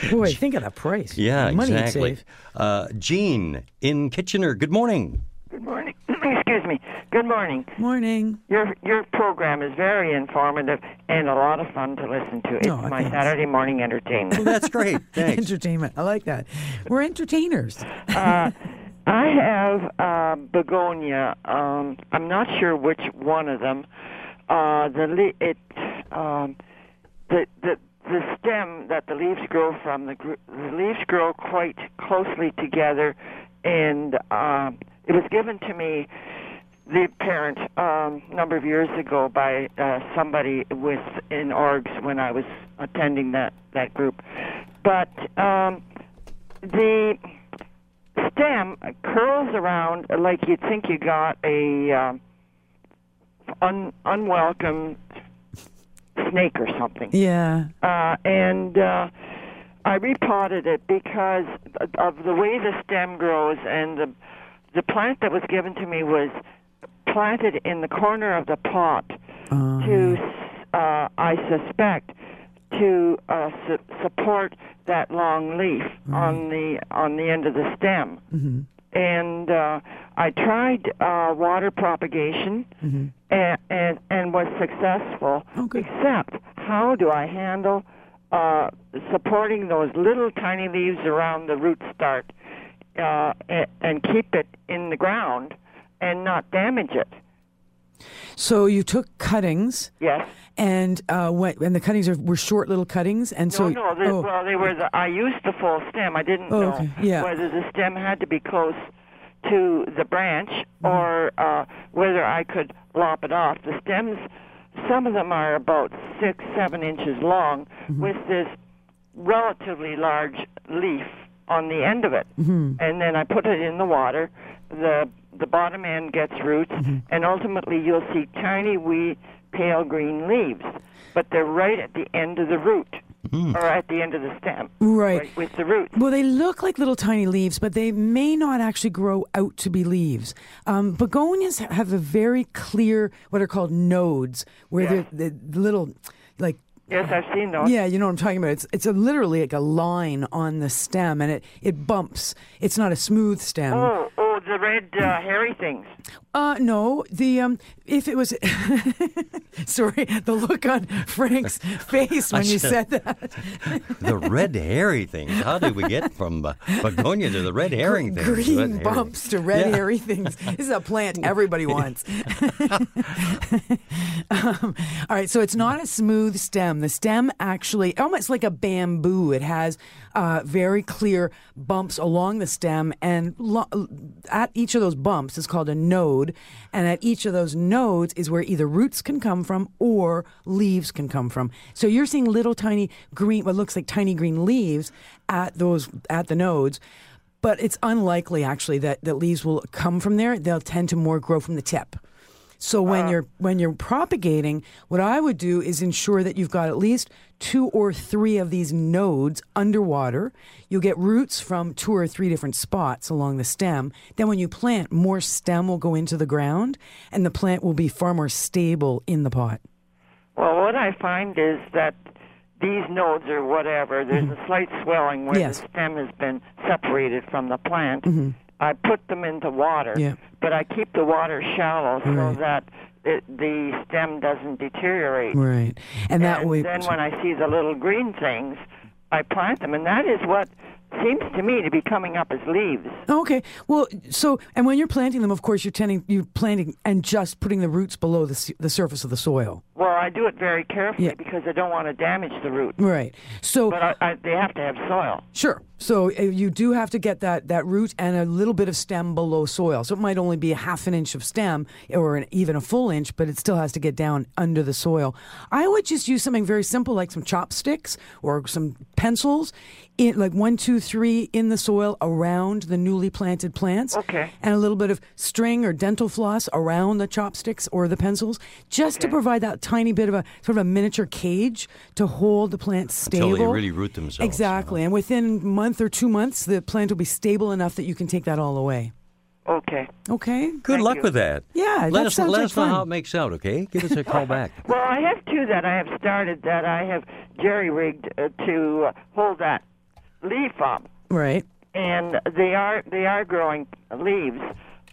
B: Boy, think of that price.
A: Yeah,
B: The money you'd
A: exactly.
B: save.
A: Uh, Jean in Kitchener. Good morning.
J: Good morning. Excuse me. Good morning.
B: Morning.
J: Your your program is very informative and a lot of fun to listen to. It's
B: Aw,
J: my
B: thanks.
J: Saturday morning entertainment.
A: That's great. Thanks.
B: Entertainment. I like that. We're entertainers.
J: Uh, I have uh, begonia. Um, I'm not sure which one of them. Uh, the le- it um, the the the stem that the leaves grow from the gr- the leaves grow quite closely together, and um, it was given to me the parent um, number of years ago by uh, somebody with in orgs when I was attending that that group, but um, the stem curls around like you'd think you got a um un- unwelcome snake or something.
B: yeah.
J: Uh, and uh, I repotted it because of the way the stem grows, and the the plant that was given to me was planted in the corner of the pot to, uh, I suspect, to uh, su- support that long leaf on the on the end of the stem.
B: Mm-hmm.
J: And uh, I tried uh, water propagation,
B: Mm-hmm.
J: and, and and was successful.
B: Oh, good.
J: Except, how do I handle uh, supporting those little tiny leaves around the root start uh, and, and keep it in the ground and not damage it?
B: So you took cuttings,
J: Yes.
B: and uh, what? And the cuttings are, were short little cuttings, and so
J: no, no. uh, They,
B: oh,
J: Well, they were. The, I used the full stem. I didn't
B: Oh,
J: know
B: okay. Yeah.
J: whether the stem had to be close to the branch
B: Mm-hmm.
J: or uh, whether I could lop it off. The stems, some of them are about six, seven inches long
B: Mm-hmm.
J: with this relatively large leaf on the end of it. And then I put it in the water. The the bottom end gets roots,
B: Mm-hmm.
J: and ultimately you'll see tiny, wee, pale green leaves. But they're right at the end of the root, or at the end of the stem,
B: Mm. Right.
J: with the roots.
B: Well, they look like little tiny leaves, but they may not actually grow out to be leaves. Um, begonias have a very clear, what are called nodes, where they're, they little, like,
J: Yes, I've seen those.
B: yeah, you know what I'm talking about. It's it's a, literally like a line on the stem, and it it bumps. It's not a smooth stem.
J: Oh, oh, the red uh, hairy things.
B: Uh, no, the um, if it was, sorry, the look on Frank's face
A: I
B: when you
A: should-
B: said that.
A: the red hairy things. How did we get from uh, begonia to the red herring things?
B: Green
A: Red herring.
B: bumps to red
A: Yeah.
B: hairy things. This is a plant everybody wants. um, all right, so it's not a smooth stem. The stem actually, almost like a bamboo, it has uh, very clear bumps along the stem, and lo- at each of those bumps is called a node. And at each of those nodes is where either roots can come from or leaves can come from. So you're seeing little tiny green, what looks like tiny green leaves at those at the nodes. But it's unlikely, actually, that, that leaves will come from there. They'll tend to more grow from the tip. So when you're when you're propagating, what I would do is ensure that you've got at least two or three of these nodes underwater. You'll get roots from two or three different spots along the stem. Then when you plant, more stem will go into the ground, and the plant will be far more stable in the pot.
J: Well, what I find is that these nodes or whatever, there's a slight swelling where
B: Mm-hmm. Yes.
J: the stem has been separated from the plant.
B: Mm-hmm.
J: I put them into water,
B: Yeah.
J: but I keep the water shallow so
B: Right.
J: that it, the stem doesn't deteriorate.
B: Right, and that
J: and
B: way.
J: then when I see the little green things, I plant them, and that is what seems to me to be coming up as leaves.
B: Okay. Well, so and when you're planting them, of course, you're tending, you're planting and just putting the roots below the s- the surface of the soil.
J: Well, I do it very carefully
B: Yeah.
J: because I don't want to damage the root.
B: Right. So
J: But I, I, they have to have soil.
B: sure. So uh, you do have to get that that root and a little bit of stem below soil. So it might only be a half an inch of stem or an, even a full inch, but it still has to get down under the soil. I would just use something very simple like some chopsticks or some pencils, in, like one, two, three in the soil around the newly planted plants.
J: Okay.
B: and a little bit of string or dental floss around the chopsticks or the pencils, just to provide that tiny bit of a sort of a miniature cage to hold the plant stable.
A: they really root themselves, yeah.
B: Exactly, and within a month or two months, the plant will be stable enough that you can take that all away.
J: Okay.
B: Okay.
A: Good
J: Thank
A: luck
J: you.
A: with that.
B: Yeah,
A: let
B: that
A: us
B: sounds
A: let
B: like
A: us know how it
B: fun.
A: makes out. Okay, give us a call back.
J: Well, I have two that I have started that I have jerry rigged uh, to uh, hold that leaf up,
B: Right.
J: and they are they are growing leaves.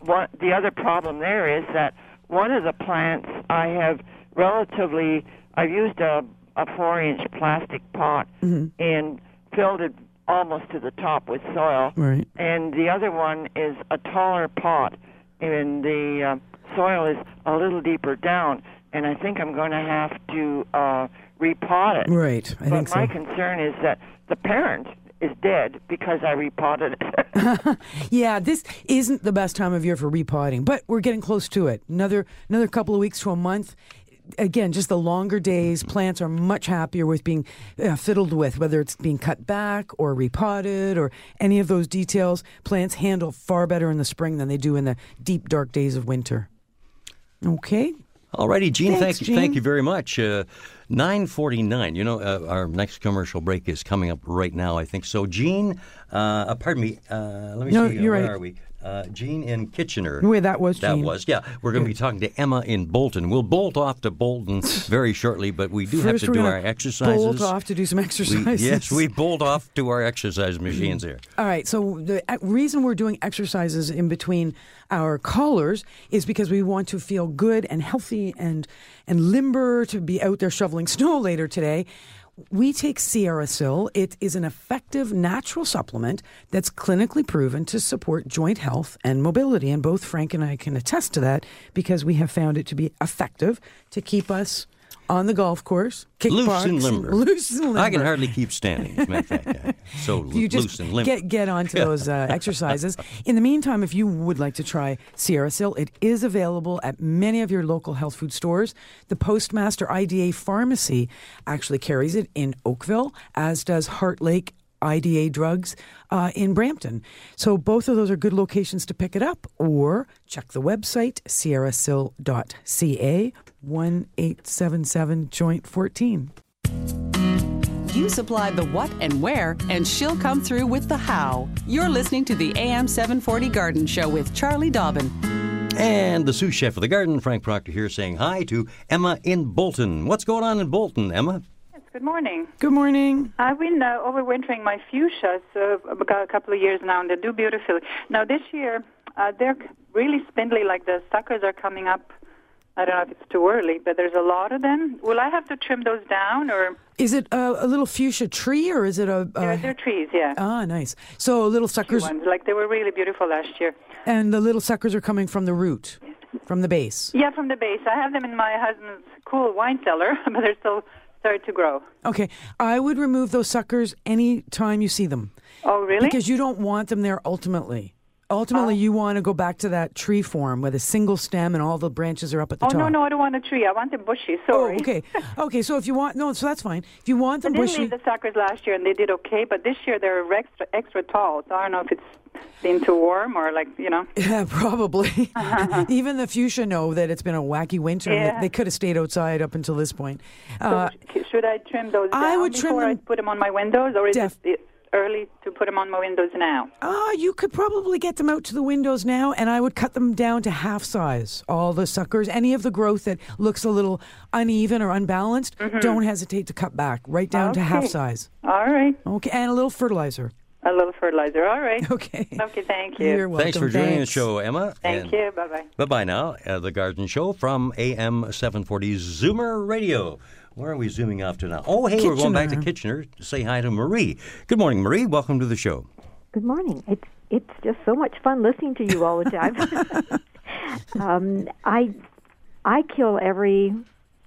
J: What the other problem there is that one of the plants I have relatively I've used a a four inch plastic pot
B: Mm-hmm.
J: and filled it almost to the top with soil,
B: Right.
J: and the other one is a taller pot, and the uh, soil is a little deeper down, and I think I'm going to have to uh, repot it.
B: Right. I
J: but
B: think so.
J: my concern is that the parent is dead because I repotted it.
B: Yeah, this isn't the best time of year for repotting, but we're getting close to it. Another another couple of weeks to a month. Again, just the longer days, plants are much happier with being uh, fiddled with, whether it's being cut back or repotted or any of those details. Plants handle far better in the spring than they do in the deep, dark days of winter. Okay.
A: All righty, Gene.
B: Thanks,
A: thank you. Thank
B: Gene.
A: you very much. Uh, Nine forty-nine. You know, uh, our next commercial break is coming up right now. I think so. Gene, uh, uh, pardon me. Uh, let me
B: No,
A: see. uh,
B: you're
A: where
B: right.
A: are we? Uh, Gene in Kitchener.
B: Wait, that was
A: that
B: Gene.
A: was. Yeah, we're going to be talking to Emma in Bolton. We'll bolt off to Bolton very shortly, but we do have
B: First,
A: to
B: we're
A: do
B: gonna
A: our exercises.
B: Bolt off to do some
A: We-
B: exercises.
A: yes, we bolt off to our exercise machines here.
B: All right. So the uh, reason we're doing exercises in between our callers is because we want to feel good and healthy and and limber to be out there shoveling snow later today. We take Sierrasil. It is an effective natural supplement that's clinically proven to support joint health and mobility. And both Frank and I can attest to that because we have found it to be effective to keep us on the golf course, kick
A: loose
B: box,
A: and limber.
B: loose and limber.
A: I can hardly keep standing. As a matter of fact, I- so lo-
B: you just
A: loose and limber.
B: get get onto those uh, exercises. In the meantime, if you would like to try Sierra Sil, it is available at many of your local health food stores. The Postmaster IDA pharmacy actually carries it in Oakville, as does Heart Lake. IDA drugs uh, in Brampton. So, both of those are good locations to pick it up, or check the website sierrasil.ca 1877 joint 14.
C: You supply the what and where, and she'll come through with the how. You're listening to the AM 740 Garden Show with Charlie Dobbin.
A: And the sous chef of the garden, Frank Proctor, here saying hi to Emma in Bolton. What's going on in Bolton, Emma?
G: Good morning.
B: Good morning.
G: I've been uh, overwintering my fuchsias uh, about a couple of years now, and they do beautifully. Now this year, uh, they're really spindly. Like the suckers are coming up. I don't know if it's too early, but there's a lot of them. Will I have to trim those down, or
B: Is it a, a little fuchsia tree or is it a? a
G: they're, they're trees? Yeah,
B: Ah, nice. So little
G: Few
B: Uh, suckers,
G: ones. Like they were really beautiful last year.
B: and the little suckers are coming from the root, from the base.
G: Yeah, from the base. I have them in my husband's cool wine cellar, but they're still started to grow.
B: Okay, I would remove those suckers any time you see them.
G: Oh, really? Oh.
B: Because you don't want them there ultimately. Ultimately, you want to go back to that tree form with a single stem and all the branches are up at the
G: Oh
B: top.
G: no, no, I don't want a tree. I want them bushy.
B: Oh,
G: Sorry.
B: okay, okay. So if you want, no, so that's fine. If you
G: I
B: want them
G: didn't
B: bushy,
G: leave the suckers last year, and they did okay. But this year they're extra extra tall. So I don't know if it's been too warm or like you know.
B: yeah, probably. Even the fuchsia know that it's been a wacky winter. and
G: Uh-huh. Yeah.
B: They, they could have stayed outside up until this point. Uh,
G: Should I trim those?
B: I
G: down
B: would trim
G: before I
B: them-
G: put them on my windows, or is
B: Def-
G: it early to put them on my windows now?
B: Ah, you could probably get them out to the windows now, and I would cut them down to half size. All the suckers, any of the growth that looks a little uneven or unbalanced, don't hesitate to cut back right down to half
G: Mm-hmm. Okay.
B: size.
G: All right,
B: Okay, and a little fertilizer.
G: a little fertilizer. All right.
B: Okay.
G: Okay. Thank you.
B: You're welcome.
A: Thanks for joining the
B: Thanks.
A: show, Emma.
G: Thank you. Bye bye.
A: Bye bye now. Uh, the Garden Show from AM 740 Zoomer Radio. Where are we zooming off to now? Oh, hey, we're going back to Kitchener to say hi to Marie. Good morning, Marie. Welcome to the show.
K: Good morning. It's it's just so much fun listening to you all the time. um, I I kill every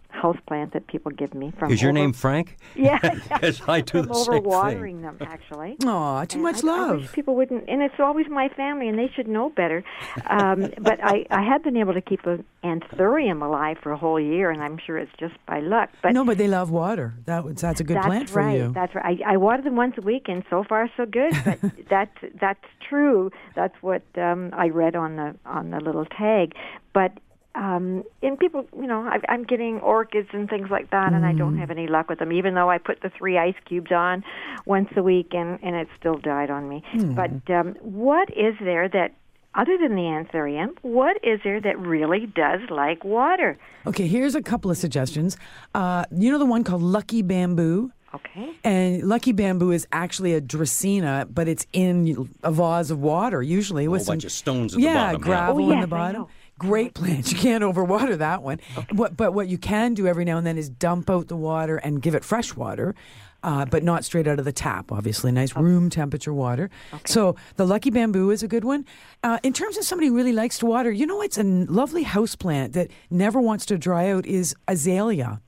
K: house plant that people give me from.
A: Is your
K: over-
A: name Frank?
K: Yeah.
A: yes, I do
K: from
A: the same
K: overwatering
A: thing.
K: them actually.
B: Aw, too
K: And
B: much
K: I- I wish
B: love.
K: people wouldn't, and it's always my family, and they should know better. Um, but I, I have been able to keep an anthurium alive for a whole year, and I'm sure it's just by luck. But
B: no, but they love water. That was, that's a good
K: that's
B: plant for
K: right.
B: you.
K: That's right. I, I water them once a week, and so far so good. But that's that's true. That's what um, I read on the on the little tag. But um, and people, you know, I, I'm getting orchids and things like that, and I
B: Mm.
K: don't have any luck with them. Even though I put the three ice cubes on once a week, and and it still died on me.
B: Hmm.
K: But um, what is there that other than the anthurium, what is there that really does like water?
B: Okay, here's a couple of suggestions. Uh, you know the one called Lucky Bamboo?
K: Okay.
B: And lucky bamboo is actually a dracaena, but it's in a vase of water usually with
A: whole
B: some
A: bunch of stones at the
B: yeah,
A: bottom, yeah.
B: gravel
K: Oh,
B: in
K: yes,
B: the
K: I
B: bottom.
K: know.
B: Great plant. You can't overwater that one. What, but what you can do every now and then is dump out the water and give it fresh water, uh, but not straight out of the tap. Obviously, nice room temperature water. So the lucky bamboo is a good one. Uh, in terms of somebody who really likes to water, you know, it's a n- lovely house plant that never wants to dry out is azalea.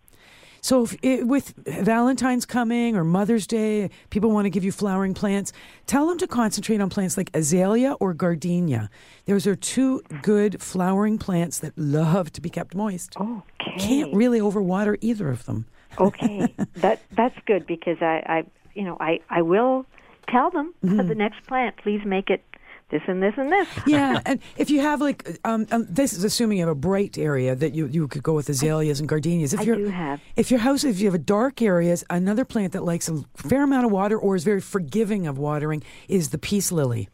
B: So, if it, with Valentine's coming or Mother's Day, people want to give you flowering plants. Tell them to concentrate on plants like azalea or gardenia. Those are two good flowering plants that love to be kept moist.
K: Okay.
B: Can't really overwater either of them.
K: okay that that's good because i i you know i i will tell them the next plant please make it this and this and this
B: Mm-hmm. yeah, and if you have like, um, um, this is assuming you have a bright area that you, you could go with azaleas and gardenias. If
K: I
B: you're,
K: do have.
B: If your house, if you have a dark area, is another plant that likes a fair amount of water or is very forgiving of watering is the peace lily.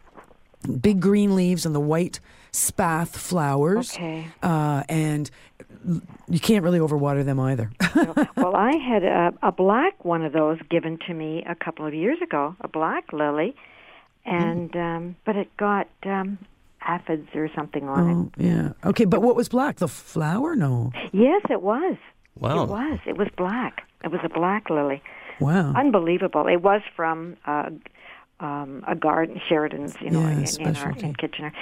B: Big green leaves and the white spath flowers.
K: Okay.
B: Uh, and l- you can't really overwater them either.
K: well i had a, a black one of those given to me a couple of years ago a black lily
B: Mm-hmm.
K: and um but it got um aphids or something on
B: yeah. Okay, but what was black? The flower? No.
K: it yes it was
A: Wow.
K: it was it was black it was a black lily
B: Wow.
K: unbelievable. It was from uh, um, a garden, Sheridan's, you know,
B: Yeah,
K: in, in, our,
B: specialty.
K: in Kitchener.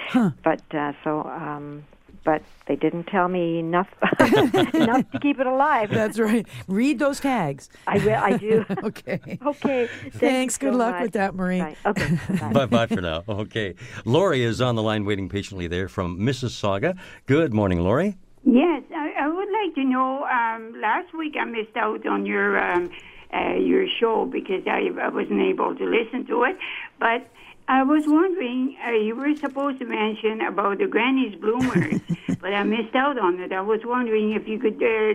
K: But uh, so um, but they didn't tell me enough enough to keep it alive.
B: That's right. Read those tags.
K: I will. I do.
B: okay.
K: Okay. Thank you
B: Thanks. Good
K: so
B: luck
K: much.
B: with that, Marie.
K: Right. Okay. bye-bye.
A: Bye bye for now. Okay. Lori is on the line waiting patiently there from Mississauga. Good morning, Lori.
L: Yes, I, I would like to know. Um, last week I missed out on your um, uh, your show because I, I wasn't able to listen to it. But I was wondering, uh, you were supposed to mention about the Granny's bloomers, but I missed out on it. I was wondering if you could uh,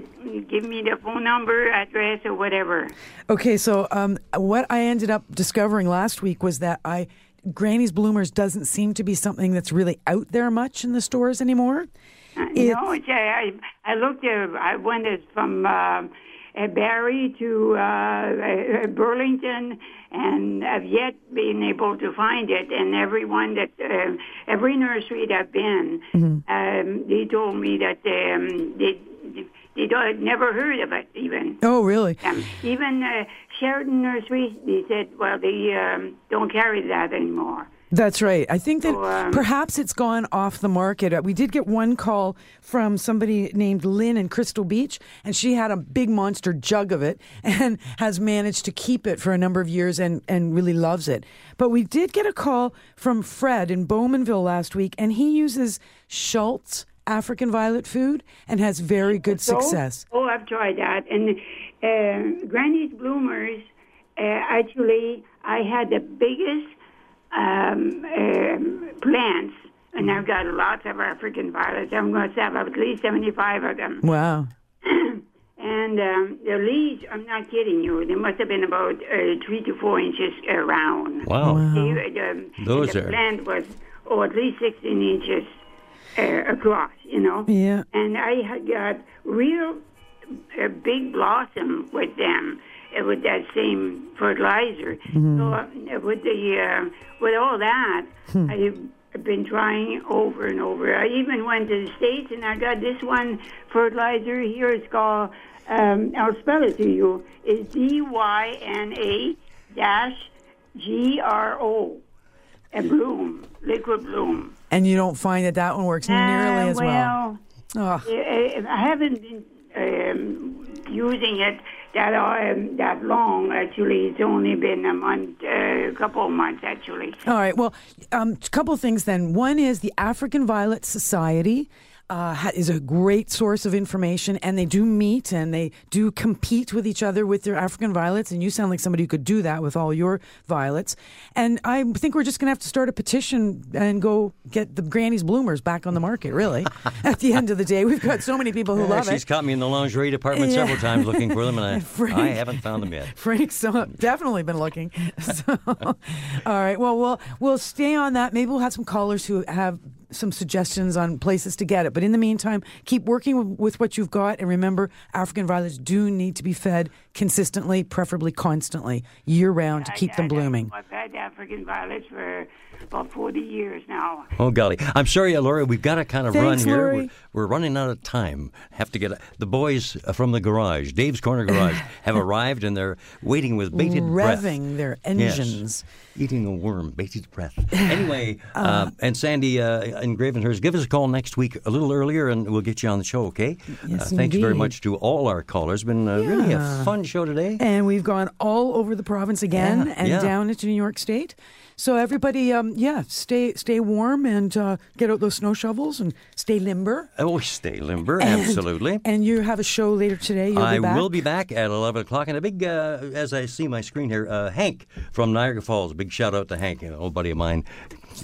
L: give me the phone number, address, or whatever.
B: Okay, so um, what I ended up discovering last week was that I Granny's bloomers doesn't seem to be something that's really out there much in the stores anymore.
L: Uh, no, it's, uh, I I looked. Uh, I went as from uh, uh, Barry to uh, uh, Burlington, and I've yet been able to find it. And everyone that uh, every nursery that I've been, um, they told me that um, they they don't, never heard of it even.
B: Oh, really?
L: Um, even uh, Sheridan Nursery, they said, well, they um, don't carry that anymore.
B: That's right. I think that
L: um,
B: perhaps it's gone off the market. Uh, We did get one call from somebody named Lynn in Crystal Beach, and she had a big monster jug of it and has managed to keep it for a number of years and, and really loves it. But we did get a call from Fred in Bowmanville last week, and he uses Schultz African violet food and has very good
L: So-
B: success.
L: Oh, I've tried that. And uh, Granny's bloomers, uh, actually, I had the biggest um, um, plants, and I've got lots of African violets. I'm going to have at least 75 of them.
B: Wow.
L: And um, the leaves, I'm not kidding you, they must have been about uh, three to four inches uh, round.
A: Wow. Wow.
L: They- um, the,
A: Those
L: the
A: are-
L: plant was, oh, at least 16 inches uh, across, you know?
B: Yeah.
L: And I had got real uh, big blossom with them. uh, With that same fertilizer, so uh, with the uh, with all that,
B: Hmm.
L: I've been trying over and over. I even went to the states and I got this one fertilizer here. It's called um, I'll spell it to you. It's D Y N A dash G R O, a bloom, liquid bloom.
B: And you don't find that that one works nearly
L: Ah,
B: as well.
L: well.
B: Ugh.
L: I I haven't been um, using it that um, that long. Actually, it's only been a month, uh, a couple of months actually.
B: All right. Well, um, a couple things then. One is the African Violet Society. Uh, ha- is a great source of information, and they do meet and they do compete with each other with their African violets. And you sound like somebody who could do that with all your violets. And I think we're just going to have to start a petition and go get the Granny's bloomers back on the market. Really, at the end of the day, we've got so many people who
A: Yeah,
B: love
A: She's
B: it.
A: caught me in the lingerie department
B: Yeah.
A: several times looking for them, and I,
B: Frank-
A: I haven't found them yet.
B: Frank's so, definitely been looking. So, all right. Well, we'll we'll stay on that. Maybe we'll have some callers who have some suggestions on places to get it. But in the meantime, keep working with, with what you've got, and remember, African violets do need to be fed consistently, preferably constantly, year round, to keep them blooming.
L: I've had African violets for about 40 years now.
A: Oh golly, I'm sorry, Laura. We've got to kind of run
B: Thanks,
A: here.
B: Lori.
A: We're, we're running out of time. Have to get the boys from the garage, Dave's Corner Garage, have arrived and they're waiting with bated breath.
B: Revving their engines.
A: Yes. Eating a worm, bated breath. Anyway, uh, and Sandy uh, in Gravenhurst, give us a call next week a little earlier and we'll get you on the show, okay?
B: Yes,
A: uh, thanks very
B: indeed.
A: much to all our callers. Been uh, really a
B: Yeah.
A: fun show today.
B: And we've gone all over the province again
A: Yeah,
B: and
A: yeah.
B: down into New York State. So everybody, um, yeah, stay stay warm and uh, get out those snow shovels and stay limber.
A: Oh, stay limber,
B: And-
A: absolutely.
B: And you have a show later today. You'll
A: I
B: be back.
A: will be back at 11 o'clock. And a big, uh, as I see my screen here, uh, Hank from Niagara Falls. Big shout out to Hank, an old buddy of mine,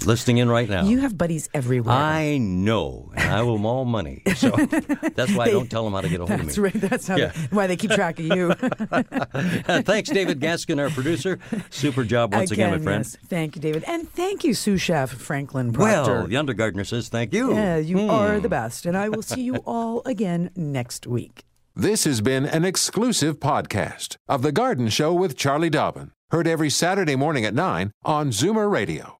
A: listening in right now.
B: You have buddies everywhere.
A: I know, and I owe them all money. So that's why I don't tell them how to get a hold of me.
B: That's right. That's how
A: Yeah.
B: why they keep track of you.
A: Thanks, David Gaskin, our producer. Super job once again, my friend.
B: yes. Thank you, David, and thank you, sous chef Franklin Proctor.
A: Well, the undergardener says thank you.
B: yeah, you
A: Hmm.
B: are the best, and I will see you all again next week.
M: This has been an exclusive podcast of The Garden Show with Charlie Dobbin. Heard every Saturday morning at 9 on Zoomer Radio,